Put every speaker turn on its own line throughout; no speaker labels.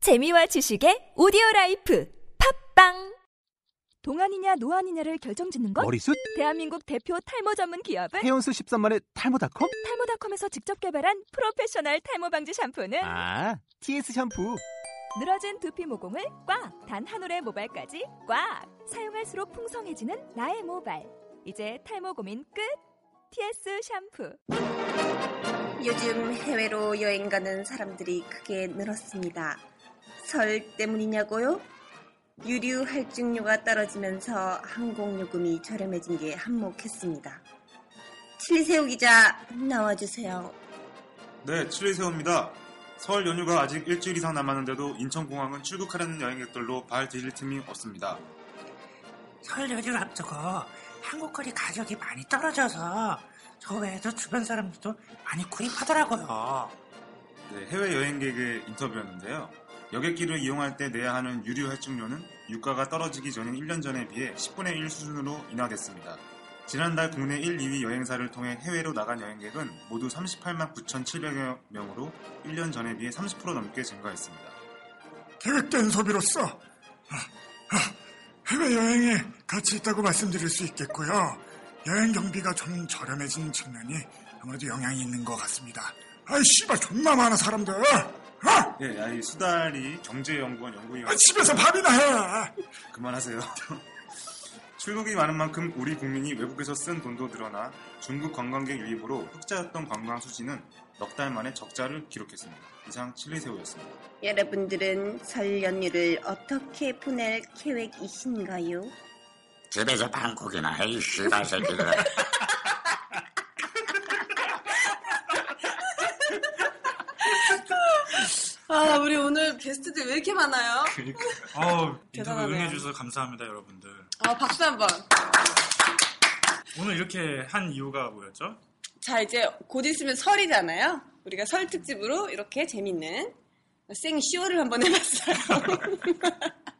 재미와 지식의 오디오 라이프 팝빵
동안이냐 노안이냐를 결정짓는 건
머리숱
대한민국 대표 탈모 전문 기업은
헤어수 13만의 탈모닷컴
탈모닷컴에서 직접 개발한 프로페셔널 탈모 방지 샴푸는
아 TS 샴푸
늘어진 두피 모공을 꽉 단 한 올의 모발까지 꽉 사용할수록 풍성해지는 나의 모발 이제 탈모 고민 끝 TS 샴푸
요즘 해외로 여행 가는 사람들이 크게 늘었습니다. 설 때문이냐고요? 유류 할증료가 떨어지면서 항공요금이 저렴해진 게 한몫했습니다. 칠세우 기자 나와주세요.
네, 칠리새우입니다. 설 연휴가 아직 일주일 이상 남았는데도 인천공항은 출국하려는 여행객들로 발 디딜 틈이 없습니다.
설 연휴를 앞두고 한국거리 가격이 많이 떨어져서 저 외에도 주변 사람들도 많이 구입하더라고요.
네, 해외 여행객의 인터뷰였는데요. 여객기를 이용할 때 내야 하는 유류 할증료는 유가가 떨어지기 전인 1년 전에 비해 10분의 1 수준으로 인하됐습니다. 지난달 국내 1, 2위 여행사를 통해 해외로 나간 여행객은 모두 38만 9,700여 명으로 1년 전에 비해 30% 넘게 증가했습니다.
계획된 소비로서 아, 아, 해외 여행에 가치 있다고 말씀드릴 수 있겠고요. 여행 경비가 좀 저렴해진 측면이 아무래도 영향이 있는 것 같습니다. 아이 씨발 존나 많아 사람들. 아,
예, 아이 수달이 경제연구원 연구위원
아, 집에서 밥이나 해.
그만하세요. 출국이 많은 만큼 우리 국민이 외국에서 쓴 돈도 늘어나 중국 관광객 유입으로 흑자였던 관광 수지는 넉 달 만에 적자를 기록했습니다. 이상 칠리새우였습니다.
여러분들은 설 연휴를 어떻게 보낼 계획이신가요?
집에서 방콕이나 해이 씨발 새끼들
아, 우리 오늘 게스트들 왜 이렇게 많아요?
아, 인터뷰
대단하네요.
응해주셔서 감사합니다, 여러분들.
아, 박수 한 번.
오늘 이렇게 한 이유가 뭐였죠?
자, 이제 곧 있으면 설이잖아요. 우리가 설 특집으로 이렇게 재밌는 생쇼를 한번 해봤어요.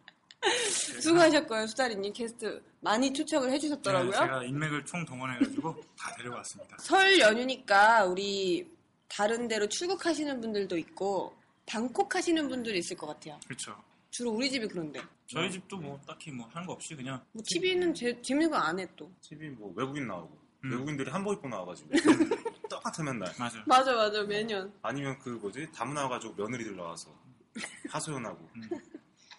수고하셨고요, 수다리님. 게스트 많이 초청을 해주셨더라고요.
네, 제가 인맥을 총 동원해가지고 다 데려왔습니다.
설 연휴니까 우리 다른 데로 출국하시는 분들도 있고, 방콕 하시는 분들이 있을 것 같아요.
그렇죠.
주로 우리 집이 그런데.
저희 집도 뭐 딱히 뭐 하는 거 없이 그냥
뭐 TV는 제, 재밌는 거 안 해, 또.
TV 뭐 외국인 나오고
음.
외국인들이 한복 입고 나와가지고 똑같아 맨날
맞아요.
맞아, 맞아, 매년.
음,
아니면 그 뭐지 다문 나와가지고 며느리들 나와서 하소연하고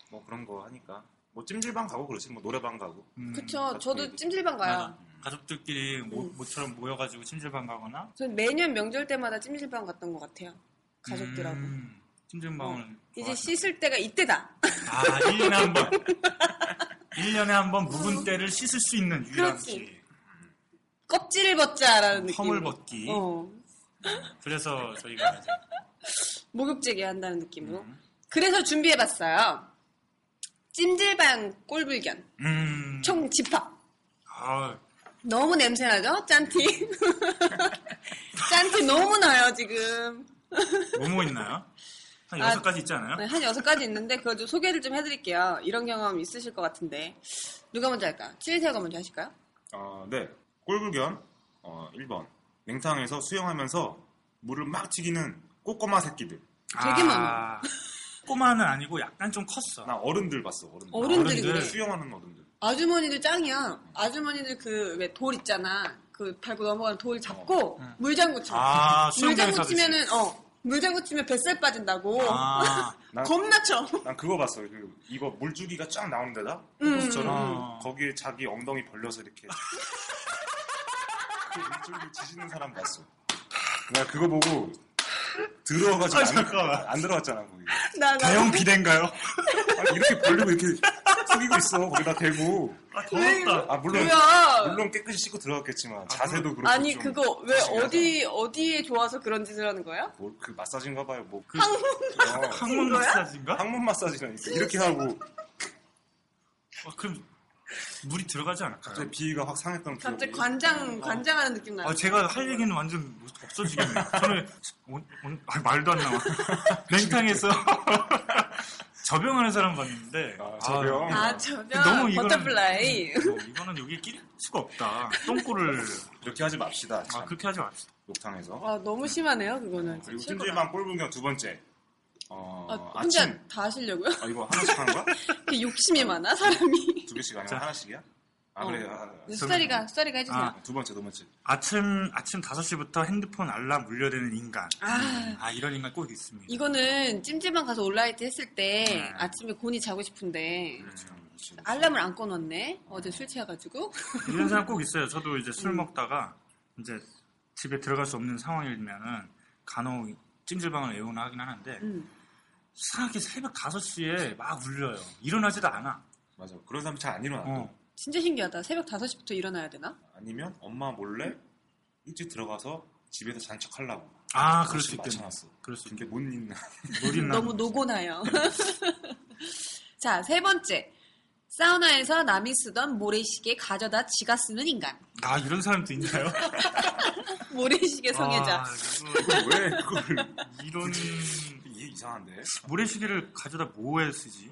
뭐 그런 거 하니까 뭐 찜질방 가고 그러지 뭐 노래방 가고
음,
그쵸. 저도
가족들이-
찜질방 가요. 음.
맞아. 가족들끼리 모, 모처럼 모여가지고 찜질방 가거나
전 매년 명절 때마다 찜질방 갔던 것 같아요. 가족들하고. 어,
음, 찜질방을
이제
좋아하시나.
씻을 때가 이때다.
아, 1년에 한 번. 1년에 한 번 묵은 때를 씻을 수 있는 유일한
그렇지.
기회.
껍질을 벗자라는 느낌.
험을 음, 벗기.
어.
그래서 저희가 이제
목욕제기 한다는 느낌으로.
음.
그래서 준비해봤어요. 찜질방 꼴불견.
음,
총 집합.
아,
너무 냄새나죠? 짠티. 짠티 너무 나요, 지금.
뭐뭐 있나요? 한
아,
여섯 가지 있지 않아요?
네, 한 여섯 가지 있는데 그걸 좀 소개를 좀 해드릴게요. 이런 경험 있으실 것 같은데. 누가 먼저 할까요? 칠세가 먼저 하실까요?
아, 네. 꼴불견 어, 1번. 냉탕에서 수영하면서 물을 막 튀기는 꼬꼬마 새끼들.
되게 많아.
꼬마는 아니고 약간 좀 컸어.
나 어른들 봤어. 어른들.
어른들이
어른들.
그래.
수영하는 어른들.
아주머니들 짱이야. 아주머니들 그 왜 돌 있잖아. 그 밟고 넘어가는 돌 잡고
응.
물장구 쳐.
아, 수영장에
물장구 치면은 어 물장구 치면 뱃살 빠진다고.
아,
난,
겁나 쳐.
난 그거 봤어. 그, 이거 물줄기가 쫙 나오는 데다.
음,
호수처럼
음.
거기에 자기 엉덩이 벌려서 이렇게. 그 물줄기 지지는 사람 봤어. 내가 그거 보고 들어가지고
아,
안, 안 들어갔잖아. 거기.
나, 나.
대형 비대인가요?
아니, 이렇게 벌리고 이렇게 숙이고 있어. 거기다 대고.
아, 더럽다.
아, 물론.
뭐야.
물론 그렇죠. 깨끗이 씻고 들어갔겠지만 자세도 그렇고
아니
좀
그거 왜
조심해서.
어디 어디에 좋아서 그런 짓을 하는 거야?
뭐, 그 마사지인가 봐요. 뭐 그, 어,
항문 마사지인가?
항문 마사지라니까 이렇게 하고
아, 그럼 물이 들어가지 않을까요?
갑자기 비위가 확 상했던 기억이.
갑자기 관장 관장하는 느낌 나.
아, 제가 할 얘기는 완전 없어지겠네요. 저는 온, 온, 아, 말도 안 나와. 냉탕에서 접영하는 사람 봤는데
아, 저요.
아 저면
너무 이거는-
버터플라이.
어, 이거는 여기에 낄 수가 없다. 똥꼬를
이렇게 하지 맙시다. 참,
그
아, 그렇게 하지 맙시다.
어,
욕탕에서.
아 너무 심하네요 그거는.
그리고 찜질방 꼴불견 두 번째. 어,
아, 혼자
아침.
다 하시려고요?
아, 이거 하나씩 하는 거야?
이렇게 욕심이 많아 사람이.
두 개씩 아니면
자.
하나씩이야? 아,
어.
그래. 아,
수다리가 수다리가 해주세요.
아.
아,
두 번째, 두 번째.
아침 아침 5시부터 핸드폰 알람 울려대는 인간. 아 이런 인간 꼭 있습니다.
이거는 찜찜한 가서 온라이트 했을 때
네.
아침에 곤이 자고 싶은데
음, 그렇지.
알람을 안 꺼놨네. 어제 술 취해가지고.
이런 사람 꼭 있어요. 저도 이제
네.
술 먹다가 이제 집에 들어갈 수 없는 상황이면은 간혹 찜질방을 애용을 하긴 하는데
음.
이상하게 새벽 5시에 막 울려요. 일어나지도 않아.
맞아. 그런 사람 잘 안 일어나.
어.
진짜 신기하다. 새벽 5시부터 일어나야 되나?
아니면 엄마 몰래 일찍 들어가서 집에서 잔척 하려고.
아, 그럴 수 있겠네.
맞춰놨어.
그럴 수
근데 못 있나?
못 있나?
너무 노곤하여. 자, 세 번째. 사우나에서 남이 쓰던 모래시계 가져다 지가 쓰는 인간.
아, 이런 사람도 있나요?
모래시계 성애자.
아, 이거
그걸 왜 그걸
이런
이게 이상한데?
모래시계를 가져다 뭐에 쓰지?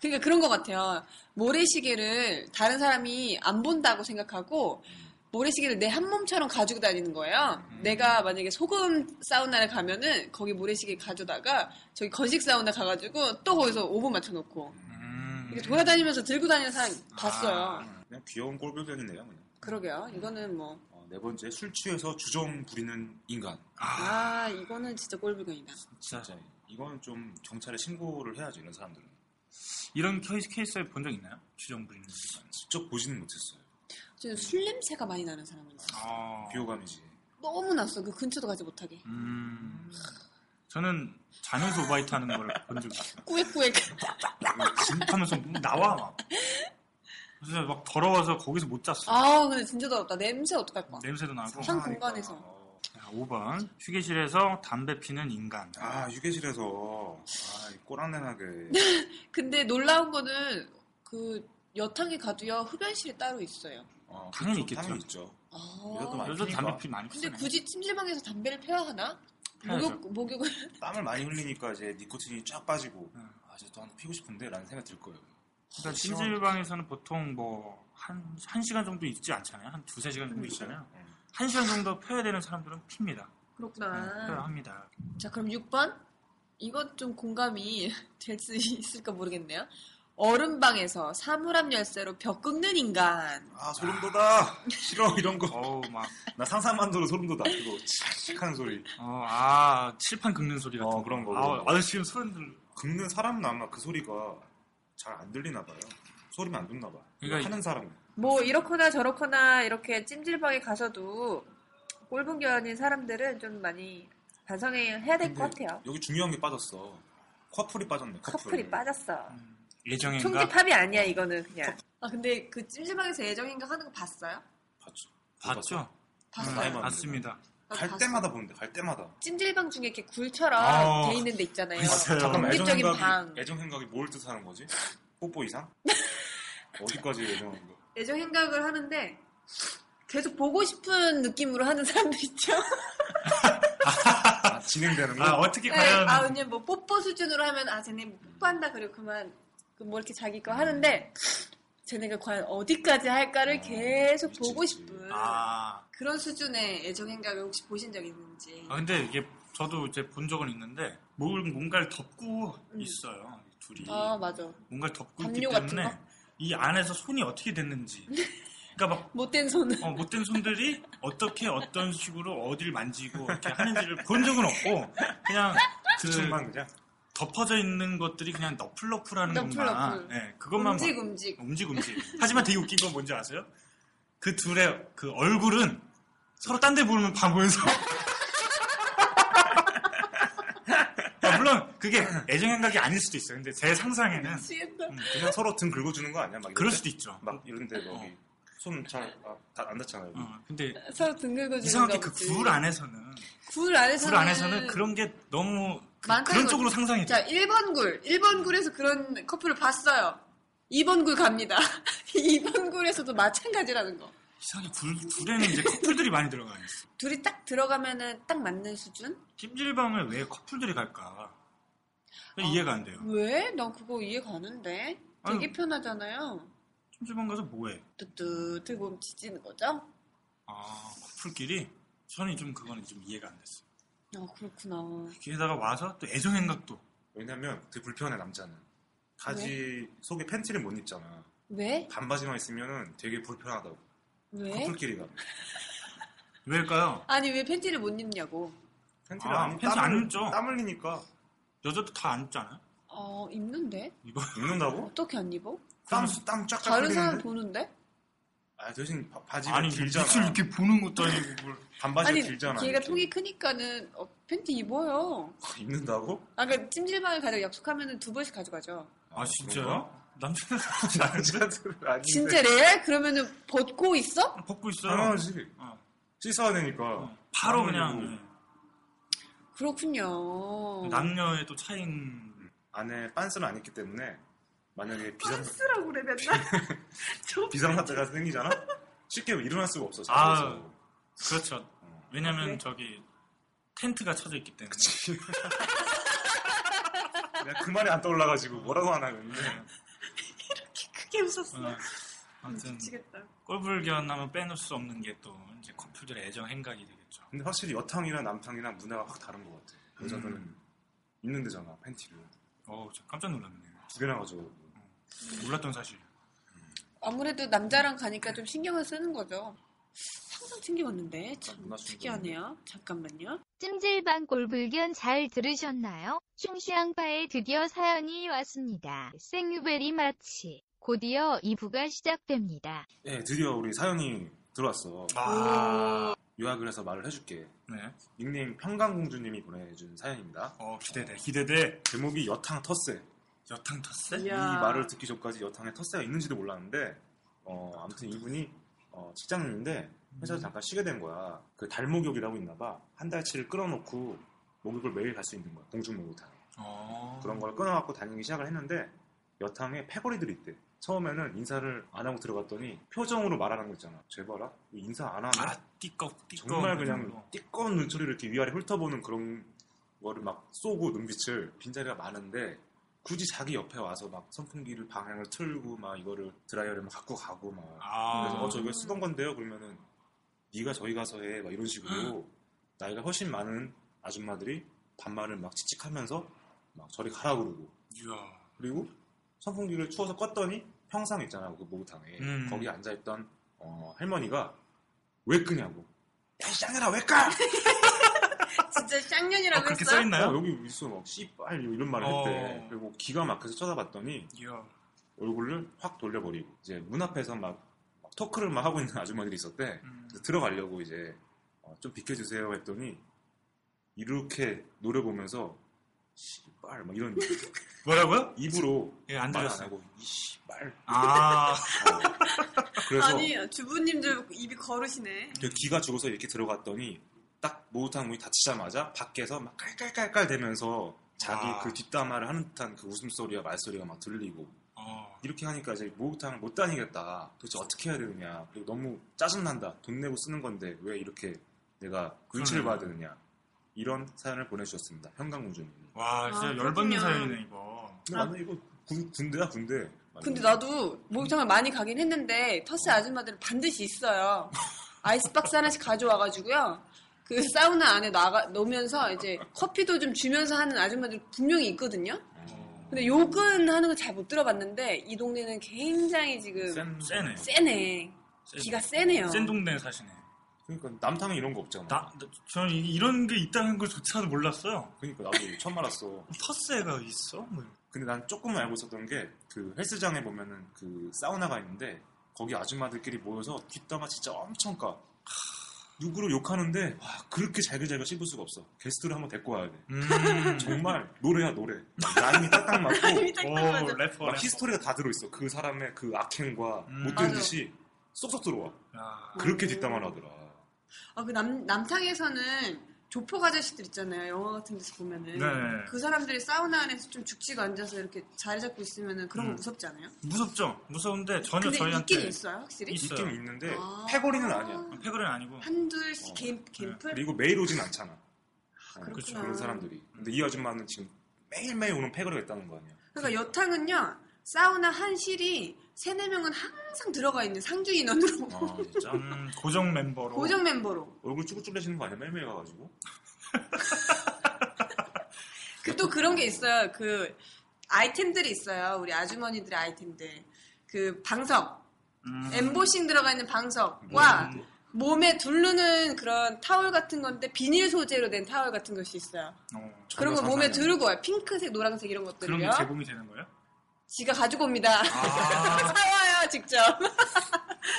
그러니까 그런 것 같아요. 모래시계를 다른 사람이 안 본다고 생각하고 모래시계를 내 한 몸처럼 가지고 다니는 거예요. 내가 만약에 소금 사우나를 가면은 거기 모래시계 가져다가 저기 건식 사우나 가가지고 또 거기서 오븐 맞춰놓고
음.
이렇게 돌아다니면서 들고 다니는 사람 봤어요.
그냥 귀여운 꼴불견이네요. 그냥.
그러게요. 이거는 뭐.
어, 네 번째, 술 취해서 주정 부리는 인간.
아, 이거는 진짜 꼴불견이다.
진짜
진짜 이거는 좀 경찰에 신고를 해야죠. 이런 사람들은
이런 케이스 케이스에 본 적 있나요? 주정 부리는 인간.
직접 보지는 못했어요.
저는 술 냄새가 많이 나는 사람이 있어요.
아.
비호감이지.
너무 났어. 그 근처도 가지 못하게.
음. 저는 자면서 오바이트 하는 걸 본 적이 있어요.
꾸액꾸액.
진하면서 나와. 막. 진짜 막 더러워서 거기서 못 잤어.
아, 근데 진짜 더럽다. 냄새 어떡할 거야.
냄새도 나고. 아, 예.
한 공간에서.
어.
자, 5번. 휴게실에서 담배 피는 인간.
아 휴게실에서 아이 꼬랑내나게
근데 놀라운 거는 그 여탕에 가도요 흡연실이 따로 있어요.
어,
당연히
그쪽
있겠죠.
당연히 있죠. 여자도
아,
많이
요즘
피니까.
담배 피 많이
근데
피잖아요.
굳이 찜질방에서 담배를 펴야 하나?
펴야죠.
목욕 목욕을
땀을 많이 흘리니까 이제 니코틴이 쫙 빠지고
음.
아 이제 또 하나 피고 싶은데라는 생각 들 거예요.
그렇죠.
그러니까 찜질방에서는 보통 뭐 한, 한 시간 정도 있지 않잖아요. 한 두세 시간 정도 있잖아요.
음.
한 시간 정도 펴야 되는 사람들은 핍니다.
아.
네,
네,
그렇구나.
펴합니다.
자 그럼 6번 이것 좀 공감이 될 수 있을까 모르겠네요. 얼음방에서 사물함 열쇠로 벽 긁는 인간.
아 소름 돋아 싫어 이런 거.
어우, 막,
나 상상만 들어도 소름 돋아. 그거 칙칙한 소리.
어, 아, 칠판 긁는 소리 같은
어,
거.
그런 거.
아, 아, 지금 소름 들
긁는 사람은 아마 그 소리가 잘 안 들리나 봐요. 소리만 안 듣나 봐.
그러니까
하는 사람은
뭐 이렇거나 저렇거나 이렇게 찜질방에 가서도 꼴분견인 사람들은 좀 많이 반성해야 될 것
근데
같아요.
여기 중요한 게 빠졌어. 커플이 빠졌네. 커플.
커플이 빠졌어.
예정인가?
총집합이 아니야 이거는 그냥. 아 근데 그 찜질방에서 애정인가 하는 거 봤어요?
봤죠. 음,
봤죠?
많이
봤어요.
봤는데.
음, 봤습니다.
나도
갈
봤어.
때마다 보는데 갈 때마다.
찜질방 중에 이렇게 굴처럼
아,
돼 있는 데 있잖아요.
있어요.
잠깐만 애정
독립적인
생각이
방.
애정 생각이 뭘 뜻하는 거지? 뽀뽀 이상? 어디까지 애정하는 거?
그
애정 생각을 하는데 계속 보고 싶은 느낌으로 하는 사람들 있죠.
아, 진행되는 거?
아, 어떻게
네,
과연.
아 왜냐 뭐 뽀뽀 수준으로 하면 아 쟤네 뭐 뽀뽀한다 그리고 그만 그뭐 이렇게 자기 거 하는데 쟤네가 과연 어디까지 할까를
아,
계속
있지,
보고
있지.
싶은
아,
그런 수준의 애정 행각을 혹시 보신 적 있는지.
아, 근데 이게 저도 이제 본 적은 있는데, 뭘, 뭔가를 덮고
음.
있어요. 둘이.
아 맞아.
뭔가를 덮고 있기
담요 같은 네.
때문에, 이 안에서 손이 어떻게 됐는지. 그러니까 막
못된 손은.
어, 못된 손들이 어떻게 어떤 식으로 어디를 만지고 이렇게 하는지를 본 적은 없고 그냥 그
그냥
덮어져 있는 것들이 그냥 너플너플하는 것만
너플너플.
예, 그것만
움직
봐- 어.
움직.
움직 움직 하지만 되게 웃긴 건 뭔지 아세요? 그 둘의 그 얼굴은 서로 딴 데 보면 보면서 아, 물론 그게 애정행각이 아닐 수도 있어요 근데 제 상상에는
미치겠다.
그냥 서로 등 긁어주는 거 아니야? 막
그럴
이런데?
수도 있죠
막 이런데 여기 손잘안 닿잖아요. 여기.
어, 근데
서로 등 긁어주는
이상하게
거
그
없지.
굴 안에서는
굴 안에서는
굴 안에서는 그런 게 너무 그,
많다는
런
거죠.
쪽으로 상상이
자
돼.
1번 굴 1번 굴에서 그런 커플을 봤어요 2번 굴 갑니다 2번 굴에서도 마찬가지라는 거
이상하게 굴, 굴에는 이제 커플들이 많이 들어가 있어.
둘이 딱 들어가면은 딱 맞는 수준
찜질방을 왜 커플들이 갈까? 그게 이해가 안 돼요.
왜? 난 그거 이해 가는데 되게
아니.
편하잖아요
찜질방 가서 뭐해?
뚜뚜 몸 지지는 거죠?
아 커플끼리 저는 좀 그거는 좀 이해가 안 됐어요.
아 그렇구나
게다가 와서 또 애정 행각도
왜냐면 되게 불편해 남자는 바지 속에 팬티를 못 입잖아.
왜?
반바지만 있으면은 되게 불편하다고.
왜?
커플끼리가
왜일까요?
아니 왜 팬티를 못 입냐고.
팬티를
아,
안,
팬티
땀을-
안 입죠.
땀 흘리니까
여자도 다 안 입잖아요.
어 입는데?
이거
입는다고?
어떻게 안 입어?
땀땀쫙
다른 사람
흘리는데.
보는데?
아 대신 바, 바지가
아니
길잖아.
밑을 이렇게 보는 것도 아니고 뭘.
반바지가
아니
길잖아.
걔가
이렇게. 아,
통이 크니까는 어, 팬티 입어요.
입는다고?
아까 그러니까 찜질방을 가자고 약속하면 두 번씩 가져가죠.
아 진짜요?
그런가?
남자는
남자들은 아닌데.
진짜 레알? 그러면은 벗고 있어?
벗고 있어요.
당연하지.
어.
씻어야 되니까.
어, 바로
땀
그냥
흘리고.
그렇군요. 어.
예. 남녀의 또 차인
안에 빤스는 안 입기 때문에 만약에 비상
쓰라고 그래 맨날.
비상 사태가 생기잖아. 쉽게 일어날 수가 없어.
아.
자리에서.
그렇죠.
어.
아,
왜냐면 저기 텐트가 쳐져 있기 때문에.
내가 그 말이 안 떠올라가지고 뭐라고 하나 했는데
크게 웃었어.
어, 아무튼
미치겠다.
꼴불견 하면 빼놓을 수 없는 게 또 이제 커플들의 애정 행각이 되겠죠.
근데 확실히 여탕이랑 남탕이랑 문화가 확 다른 것 같아 여자들은
음.
입는 데잖아 팬티를
어우 저 깜짝 놀랐네요.
두 개나 가지고
몰랐던 사실.
아무래도 남자랑 가니까 좀 신경을 쓰는 거죠. 항상 챙겨왔는데 참
문화 충돌.
특이하네요. 잠깐만요.
찜질방 꼴불견 잘 들으셨나요? 슝시앙파에 드디어 사연이 왔습니다. 생유베리 마치 곧이어 2부가 시작됩니다.
예 드디어 우리 사연이 들어왔어
아,
요약을 해서 말을 해줄게
네.
닉네임 평강공주님이 보내준 사연입니다
어 기대돼, 기대돼.
제목이 여탕 텃세
여탕 텃세?
이 말을 듣기 전까지 여탕에 텃세가 있는지도 몰랐는데 어 아무튼 이분이 어, 직장인인데 회사에서
음.
잠깐 쉬게 된 거야 그 달목욕이라고 있나봐 한 달치를 끌어놓고 목욕을 매일 갈 수 있는 거야 공중 목욕탕
어.
그런 걸 끊어갖고 다니기 시작을 했는데 여탕에 패거리들이 있대. 처음에는 인사를 안 하고 들어갔더니 표정으로 말하는 거 있잖아. 죄봐라. 인사 안 하면
아 띠꺼 띠꺼.
정말 그냥
정도로.
띠꺼운 눈초리를 이렇게 위아래 훑어보는 그런 거를 막 쏘고 눈빛을 빈자리가 많은데 굳이 자기 옆에 와서 막 선풍기를 방향을 틀고 막 이거를 드라이어를 막 갖고 가고 막 그래서
아
어, 저희가 쓰던 건데요. 그러면은 네가 저희 가서 해. 막 이런 식으로 나이가 훨씬 많은 아줌마들이 반말을 막 칙칙하면서 막 저리 가라 그러고
아,
이야.
그리고 선풍기를 추워서 껐더니 평상 있잖아 그 목욕탕에
음.
거기 앉아있던 어, 할머니가 왜 끄냐고 야 쌍년아 왜 까?
진짜
아,
쌍년이라고
그렇게
했어?
써
어,
있나요?
여기 있어 막 씨발 뭐 이런 말을
어.
했대 그리고 기가 막혀서 쳐다봤더니
이야.
얼굴을 확 돌려버리고 이제 문 앞에서 막, 막 토크를 막 하고 있는 아주머니들이 있었대
음.
그래서 들어가려고 이제 어, 좀 비켜주세요 했더니 이렇게 노래 보면서 씨발 막 이런
뭐라고요?
입으로
예, 안
말안
들렸어요.
하고 이씨발 어.
아
그래서
아니 주부님들 입이 거르시네.
그 기가 죽어서 이렇게 들어갔더니 딱 목욕탕 문이 닫히자마자 밖에서 막 깔깔깔깔 대면서 자기
아.
그 뒷담화를 하는 듯한 그 웃음소리와 말소리가 막 들리고
어.
이렇게 하니까 이제 목욕탕을 못 다니겠다 도대체 어떻게 해야 되느냐 그리고 너무 짜증난다 돈 내고 쓰는 건데 왜 이렇게 내가 눈치를
그러네.
봐야 되느냐 이런 사연을 보내주셨습니다 현강우주님
와 진짜
아,
열받는
그렇군요.
사연이네 이거.
근데 나는 이거 군, 군대야 군대
아. 근데 나도 목욕탕을 많이 가긴 했는데 터스 아줌마들은 반드시 있어요. 아이스박스 하나씩 가져와가지고요. 그 사우나 안에 나가 놓으면서 이제 커피도 좀 주면서 하는 아줌마들 분명히 있거든요. 근데 욕은 하는 거 잘 못 들어봤는데 이 동네는 굉장히 지금
센,
세네.
세네.
센-
기가 세네요.
센 동네 사시네.
그러니까 남탕은 이런 거 없잖아
나, 나- 저는 이- 이런 게 있다는 걸 조차도 몰랐어요.
그러니까 나도 처음 알았어
터세가 있어? 뭐 이런.
근데 난 조금 알고 있었던 게 그 헬스장에 보면은 그 사우나가 있는데 거기 아줌마들끼리 모여서 뒷담화 진짜 엄청 까. 하, 누구를 욕하는데 와 그렇게 잘글잘글 씹을 수가 없어. 게스트를 한번 데리고 와야 돼.
음.
정말 노래야 노래. 라임이 딱딱 맞고
오
맞아.
래퍼 래퍼.
막 히스토리가 다 들어있어. 그 사람의 그 악행과
음.
못된
맞아.
듯이 쏙쏙 들어와.
야.
그렇게 뒷담화를 하더라.
아, 그 남, 남탕에서는 조폭 아저씨들 있잖아요. 영화 같은 데서 보면은.
네.
그 사람들이 사우나 안에서 좀 죽치고 앉아서 이렇게 자리 잡고 있으면은 그런 거
음.
무섭지 않아요?
무섭죠? 무서운데 전혀
근데
저희한테
있긴 있어요, 확실히?
있- 있어요.
있긴 있는데
아.
패거리는 아니야.
패거리는 네. 아니고
한둘씩
어.
갬, 갬플?
그리고 매일 오진 않잖아. 어,
그렇구나.
그런 사람들이. 근데
음.
이 아줌마는 지금 매일매일 오는 패거리가 있다는 거 아니야.
그러니까 여탕은요, 사우나 한 실이 세네 명은 항상 들어가 있는 상주 인원으로.
어.
아 진짜?
음, 고정 멤버로
고정 멤버로.
얼굴 쭈글쭈글해지는 거 아니야? 매일매일 가가지고?
그 또 그런 게 있어요. 그 아이템들이 있어요. 우리 아주머니들의 아이템들. 그 방석,
음.
엠보싱 들어가 있는 방석과 몸에 두르는 그런 타월 같은 건데 비닐 소재로 된 타월 같은 것이 있어요. 그런 거 몸에 두르고 와요. 핑크색, 노란색 이런 것들이요.
그런 게 제공이 되는 거예요?
지가 가지고 옵니다.
아.
사와요 직접.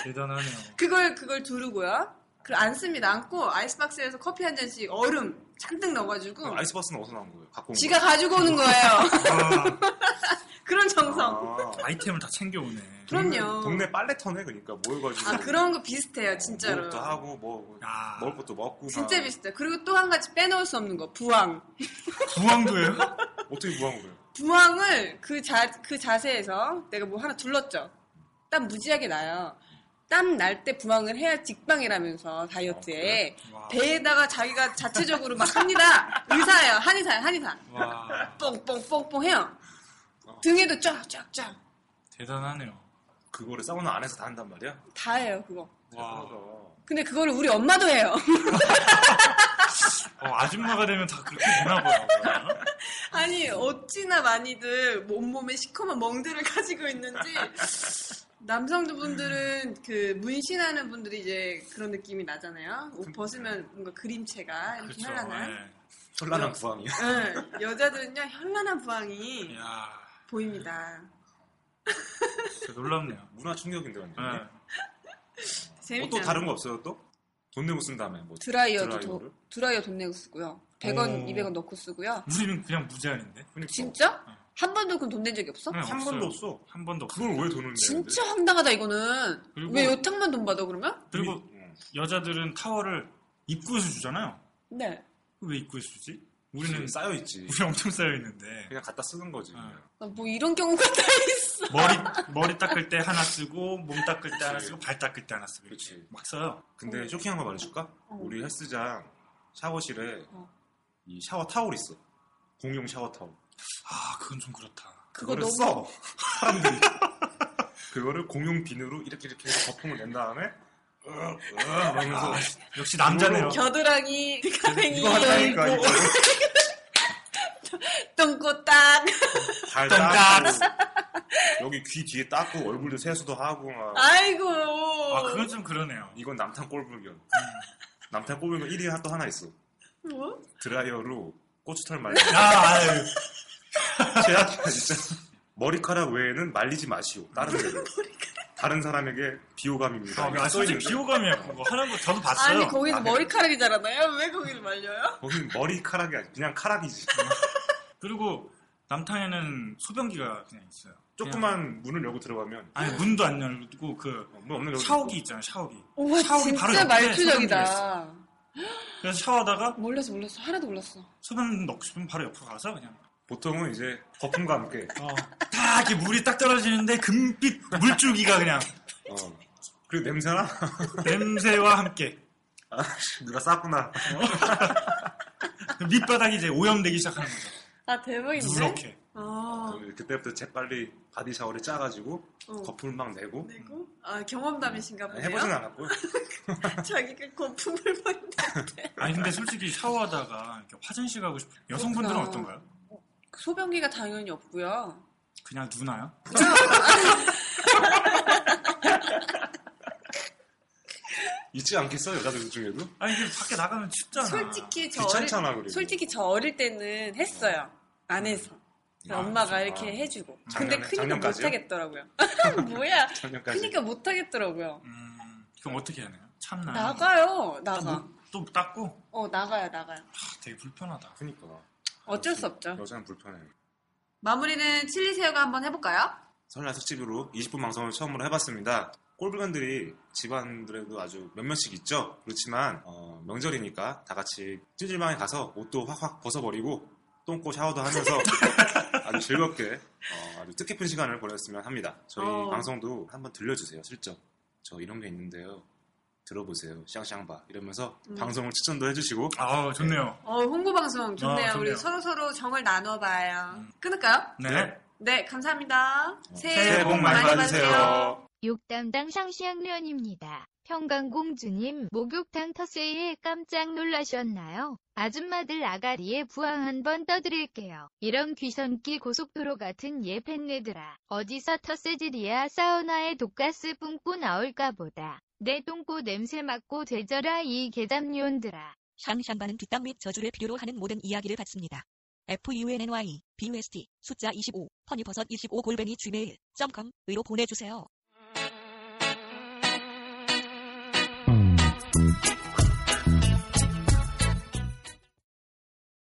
대단하네요.
그걸 그걸 두르고요. 그걸 안 씁니다. 안고 아이스박스에서 커피 한 잔씩 얼음 잔뜩 넣어가지고
아이스박스는 어디서 나온 거예요? 갖고 온
지가
거예요? 아.
가지고 오는 거예요. 그런 정성.
아, 이템을다 챙겨오네.
그럼요.
동네, 동네 빨래터네 그러니까 뭘 가지고.
아 그런 거 비슷해요 진짜로.
목욕도 하고 뭐 먹을 것도 먹고.
진짜 비슷해. 그리고 또 한 가지 빼놓을 수 없는 거 부항.
부항도예요?
어떻게 부항도예요?
부항을 그 자 그 자세에서 내가 뭐 하나 둘렀죠. 땀 무지하게 나요. 땀 날 때 부항을 해야 직방이라면서
아,
다이어트에 배에다가 자기가 자체적으로 막 합니다. 의사예요 한의사예요 한의사.
와
뽕뽕뽕뽕 해요. 등에도 쫙쫙쫙
대단하네요.
그거를 사우나 안에서 다 한단 말이야?
다 해요 그거.
와.
근데 그거를 우리 엄마도 해요.
어, 아줌마가 되면 다 그렇게 되나 봐요.
아니 어찌나 많이들 온몸에 시커먼 멍들을 가지고 있는지 남성분들은 그 문신하는 분들이 이제 그런 느낌이 나잖아요. 옷 벗으면 뭔가 그림체가
음,
이렇게
그렇죠. 예.
현란한.
현란한 부항이요.
네, 여자들은요 현란한
예.
부항이
이야,
보입니다.
진짜 놀랍네요. 예.
문화 충격인데 완전.
네.
히
재밌죠.
또 다른 거 없어요 또? 돈 내고 쓴다음에 뭐?
드라이어도
드라이어를?
더- 드라이어 돈 내고 쓰고요. 100원,
오.
200원 넣고 쓰고요.
우리는 그냥 무제한인데.
그러니까
진짜? 한 번도 그럼 돈 낸 적이 없어?
없어.
한 번도 없어.
그걸 왜 돈을
진짜 황당하다 이거는.
그리고-
왜 요탕만 돈 받아 그러면?
그리고
음.
여자들은 타월을 입구에서 주잖아요.
네.
왜 입구에서 주지? 우리는
쌓여 있지.
우리 엄청 쌓여 있는데.
음. 그냥 갖다 쓰는 거지.
아, 뭐 이런 경우가 다 있어.
머리 머리 닦을 때 하나 쓰고 몸 닦을 때 하나 쓰고 발 닦을 때 하나 쓰고
그렇지. 음.
막 써요.
근데 쇼킹한 거 말해줄까?
어.
우리 헬스장 샤워실에
어.
이 샤워 타올 있어. 공용 샤워 타올.
아 그건 좀 그렇다.
그거
그거를
너무-
써. 사람들이. 그거를 공용 비누로 이렇게 이렇게 해서 거품을 낸 다음에 으, 으, 이러면서
아, 역시 남자네요.
겨드랑이, 가랭이,
이거 하다니까
열고,
이거
똥꼬딱.
발 닦고 여기 귀 뒤에 닦고 얼굴도 세수도 하고 막.
아이고.
어.
좀 그러네요.
이건 남탕 꼴불견. 남탕 꼴불견 1위 또 하나 있어.
뭐?
드라이어로 고추털 말리.
아, 아유.
최악이야 진짜. 머리카락 외에는 말리지 마시오. 다른 데는. 다른 사람에게 비호감입니다.
아, 진짜 비호감이야 그거 하는 거 저도 봤어요.
아니 거기서 머리카락이 자라나요? 왜 거기를 말려요?
거긴 머리카락이 아니 그냥 카락이지.
그리고 남탕에는 소변기가 그냥 있어요.
조그만 문을 열고 들어가면 어,
아니 문도 안 열고 그
없는 열고
샤워기 있잖아요 샤워기.
와
샤워기 바로
진짜
옆에 소변기가 있어요.
말투적이다.
그래서 샤워하다가
몰랐어 몰랐어 하나도 몰랐어.
소변 넣고 싶으면 바로 옆으로 가서 그냥
보통은 이제 거품과 함께
아. 다 이렇게 물이 딱 떨어지는데 금빛 물줄기가 그냥
어. 그리고 냄새나?
냄새와 함께
아, 누가 쌌구나. 어.
그 밑바닥이 이제 오염되기 시작하는 거죠.
아 대박인데.
누렇게.
아,
그때부터 재빨리 바디 샤워를 짜가지고
어.
거품을 막 내고
그리고 아 경험담이신가 보네요.
해보진 않았고요.
자기가 거품을 막
아니 근데 솔직히 샤워하다가 이렇게 화장실 가고 싶어요. 여성분들은
그렇구나.
어떤가요?
소변기가 당연히 없고요.
그냥 누나요?
있지 않겠어 여자들 중에도?
아니 근데 밖에 나가면 춥잖아.
솔직히 저
귀찮잖아,
어릴,
그리고.
솔직히 저 어릴 때는 했어요. 안 해서.
아,
엄마가
아.
이렇게 해주고.
작년에-
근데 크니까 못
작년까지요?
하겠더라고요. 뭐야?
작년까지.
크니까 못 하겠더라고요.
음, 그럼 어떻게 해야 되나요?
아.
참나.
나가요. 나가.
또 닦고
뭐-
어 나가요 나가요.
아, 되게 불편하다.
그니까
어쩔 수 없죠.
여자는 불편해.
마무리는 칠리새우가 한번 해볼까요?
설날 특집으로 20분 방송을 처음으로 해봤습니다. 꼴불견들이 집안들에도 아주 몇몇씩 있죠. 그렇지만 어, 명절이니까 다 같이 찜질방에 가서 옷도 확확 벗어버리고 똥꼬 샤워도 하면서 아주 즐겁게 어, 아주 뜻깊은 시간을 보냈으면 합니다. 저희
어.
방송도 한번 들려주세요. 슬쩍 저 이런 게 있는데요. 들어보세요. 샹샹바 이러면서
음.
방송을 추천도 해주시고
아 좋네요.
어 홍보 방송 좋네요.
아, 좋네요.
우리 서로 서로 정을 나눠봐요. 끊을까요?
네. 어,
네 감사합니다.
새해 복 많이 받으세요.
욕담당 상시학년입니다. 평강공주님 목욕탕 터세에 깜짝 놀라셨나요? 아줌마들 아가리에 부항 한번 떠드릴게요. 이런 귀선길 고속도로 같은 예팬네들아. 어디서 터세질이야 사우나에 독가스 뿜고 나올까 보다. 내 똥꼬 냄새 맡고 되져라 이 개잡년들아.
샹샹바는 뒷담 및 저주를 필요로 하는 모든 이야기를 받습니다. funny, busd, 숫자 25, 허니버섯 25 골뱅이 gmail.com 으로 보내주세요.